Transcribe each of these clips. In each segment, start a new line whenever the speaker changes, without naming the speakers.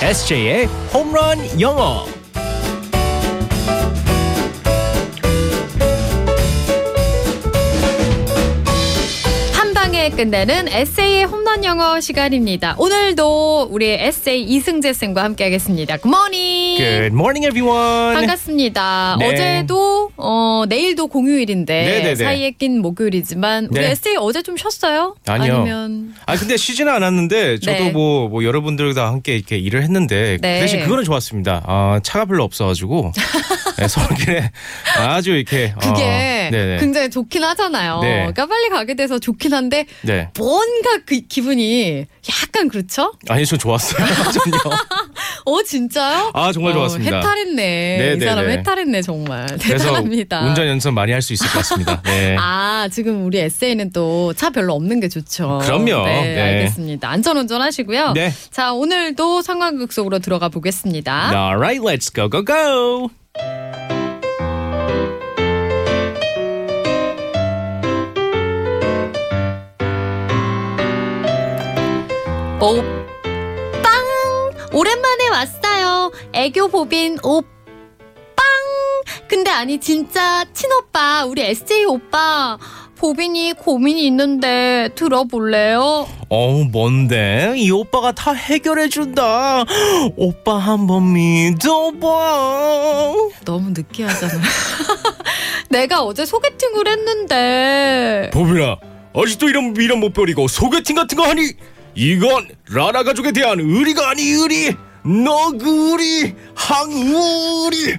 SJ의 홈런 영어.
한 방에 끝내는 에세이의 홈런 영어 시간입니다. 오늘도 우리 에세이 이승재 쌤과 함께하겠습니다. 굿모닝.
Good morning, everyone.
반갑습니다.
네.
어제도 어, 내일도 공휴일인데
네네네.
사이에 낀 목요일이지만 우리
네.
에세이 어제 좀 쉬었어요?
아니요.
아니면
아 근데 쉬지는 않았는데 저도
네.
뭐, 뭐 여러분들과 함께 이렇게 일을 했는데
네.
대신 그거는 좋았습니다. 아 차가 별로 없어가지고 네, 서울길에 아주 이렇게 어,
그게
네네.
굉장히 좋긴 하잖아요.
네.
그러니까 빨리 가게 돼서 좋긴 한데
네
뭔가 그 기분이 약간 그렇죠?
아니 저 좋았어요 전혀
어 진짜요?
아 정말
어,
좋았습니다.
해탈했네. 이
네네네.
사람 해탈했네 정말.
그래서
대단합니다.
운전 연습 많이 할 수 있을 것 같습니다. 네.
아 지금 우리 에세이는 또 차 별로 없는 게 좋죠.
그럼요.
네,
네.
알겠습니다. 안전 운전하시고요.
네.
자 오늘도 상황극 속으로 들어가 보겠습니다.
네, Alright, let's go go go. 네.
오빵 오랜만에 왔어요. 애교 보빈 오빵. 근데 아니 진짜 친오빠 우리 에세이 오빠 보빈이 고민이 있는데 들어볼래요?
어 뭔데 이 오빠가 다 해결해 준다. 오빠 한번 믿어봐.
너무 느끼하잖아. 내가 어제 소개팅을 했는데
보빈아 아직도 이런 미련 못 버리고 소개팅 같은 거 하니 이건 라라 가족에 대한 의리가 아니 의리. 너구리 그 항우리.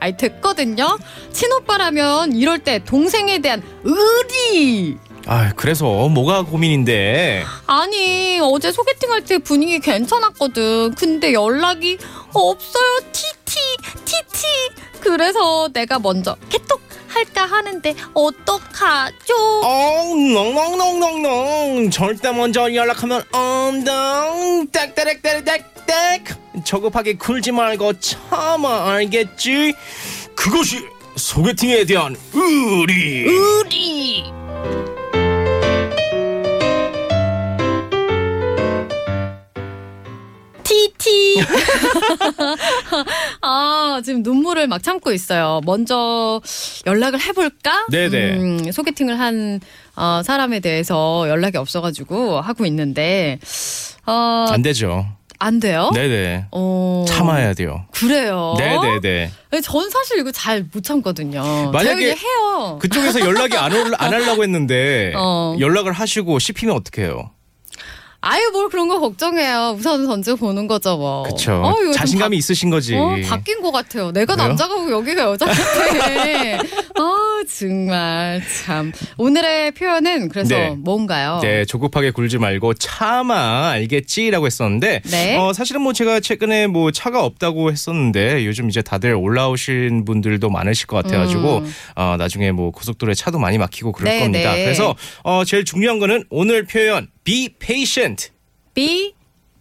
아이 됐거든요. 친오빠라면 이럴 때 동생에 대한 의리.
아 그래서 뭐가 고민인데?
아니 어제 소개팅할 때 분위기 괜찮았거든. 근데 연락이 없어요. 티티 티티. 그래서 내가 먼저 개톡 할까 하는데 어떡하죠?
어, 농농농농농 절대 먼저 연락하면 엉덩 딱딱딱딱딱 저급하게 굴지 말고 참아 알겠지? 그것이 소개팅에 대한 의리
의리. 티티. 아, 지금 눈물을 막 참고 있어요. 먼저 연락을 해볼까?
네네.
음, 소개팅을 한 어, 사람에 대해서 연락이 없어가지고 하고 있는데, 어, 안,
안 되죠
돼요?
네네
어,
참아야 돼요
그래요.
네네네
네, 전 사실 이거 잘 못 참거든요.
만약에
제가 그냥 해요.
그쪽에서 연락이 안, 올, 안 하려고 했는데
어.
연락을 하시고 씹히면 어떡해요
아유 뭘 그런 거 걱정해요. 우선 던져 보는 거죠 뭐.
그쵸
어, 이거 좀
자신감이 있으신 거지
바, 어, 바뀐 것 같아요. 내가
그래요?
남자고 여기가 여자 같아. 아 정말 참 오늘의 표현은 그래서
네.
뭔가요?
네, 조급하게 굴지 말고 참아 알겠지라고 했었는데
네.
어, 사실은 뭐 제가 최근에 뭐 차가 없다고 했었는데 요즘 이제 다들 올라오신 분들도 많으실 것 같아가지고 어, 나중에 뭐 고속도로에 차도 많이 막히고 그럴
음. 네,
겁니다.
네.
그래서 어, 제일 중요한 거는 오늘 표현 be patient.
Be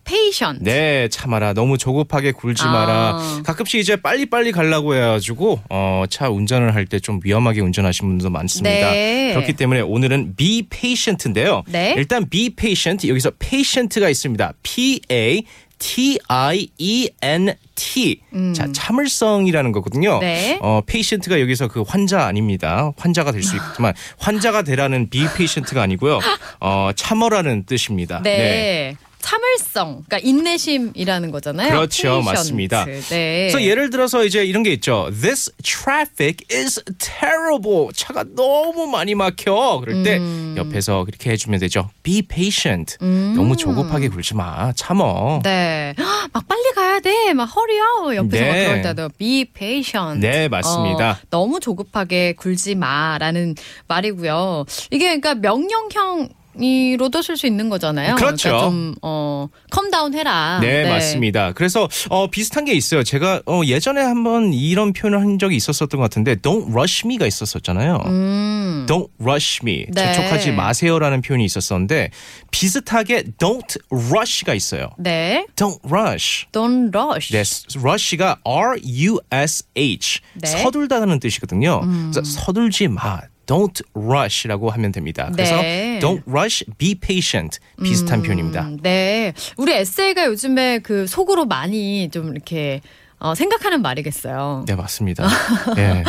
patient.
네, 참아라. 너무 조급하게 굴지
아.
마라. 가끔씩 이제 빨리빨리 가려고 해가지고 어, 차 운전을 할 때 좀 위험하게 운전하시는 분도 많습니다.
네.
그렇기 때문에 오늘은 be patient인데요.
네.
일단 be patient 여기서 patient가 있습니다. P A T I E N T. 자, 참을성이라는 거거든요.
음. 네.
어, patient가 여기서 그 환자 아닙니다. 환자가 될 수 있지만 환자가 되라는 be patient가 아니고요. 어, 참어라는 뜻입니다.
네. 참을성, 그러니까 인내심이라는 거잖아요.
그렇죠.
Patient.
맞습니다.
네.
그래서 예를 들어서 이제 이런 게 있죠. This traffic is terrible. 차가 너무 많이 막혀. 그럴 때
음.
옆에서 그렇게 해주면 되죠. Be patient. 너무 조급하게 굴지 마. 참어.
네. 헉, 막 빨리 가야 돼. 막 허리야. 옆에서 막
네.
그럴 때도 be patient.
네, 맞습니다.
어, 너무 조급하게 굴지 마라는 말이고요. 이게 그러니까 명령형 이로도 쓸 수 있는 거잖아요.
그렇죠.
그러니까 좀 어, 컴다운 해라.
네, 맞습니다. 그래서 어, 비슷한 게 있어요. 제가 어, 예전에 한번 이런 표현을 한 적이 있었었던 것 같은데 Don't rush me가 있었었잖아요.
음.
Don't rush me.
네.
접촉하지 마세요라는 표현이 있었었는데 비슷하게 Don't rush가 있어요.
네.
Don't rush.
Don't rush.
네, s- rush가 R U S H
네. 음.
서둘다라는 뜻이거든요. 그래서 서둘지 마. don't rush라고 하면 됩니다. 그래서
네.
don't rush, be patient 비슷한 표현입니다.
음, 네. 우리 에세이가 요즘에 그 속으로 많이 좀 이렇게 어, 생각하는 말이겠어요.
네 맞습니다. 예.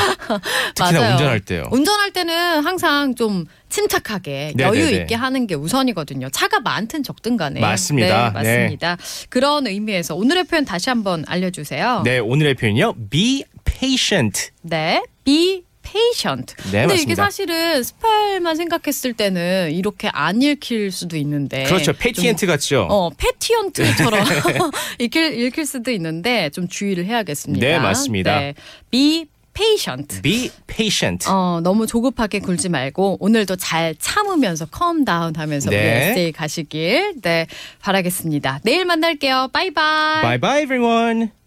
특히나
맞아요.
운전할 때요.
운전할 때는 항상 좀 침착하게
네,
여유
네, 네.
있게 하는 게 우선이거든요. 차가 많든 적든 간에.
맞습니다.
네, 맞습니다. 그런 의미에서 오늘의 표현 다시 한번 알려주세요.
네 오늘의 표현이요. be patient.
네. be patient.
네,
근데 이게
맞습니다.
사실은 스펠만 생각했을 때는 이렇게 안 읽힐 수도 있는데.
그렇죠.
네,
네.
좀
페티엔트 같죠.
어, 패티언트처럼 읽힐, 읽힐 수도 있는데 좀 주의를 해야겠습니다.
네, 맞습니다.
네. be patient.
be patient.
어, 너무 조급하게 굴지 말고 오늘도 잘 참으면서 컴 다운 하면서 우리
네.
에세이 가시길 네, 바라겠습니다. 내일 만날게요. 바이바이.
Bye bye everyone.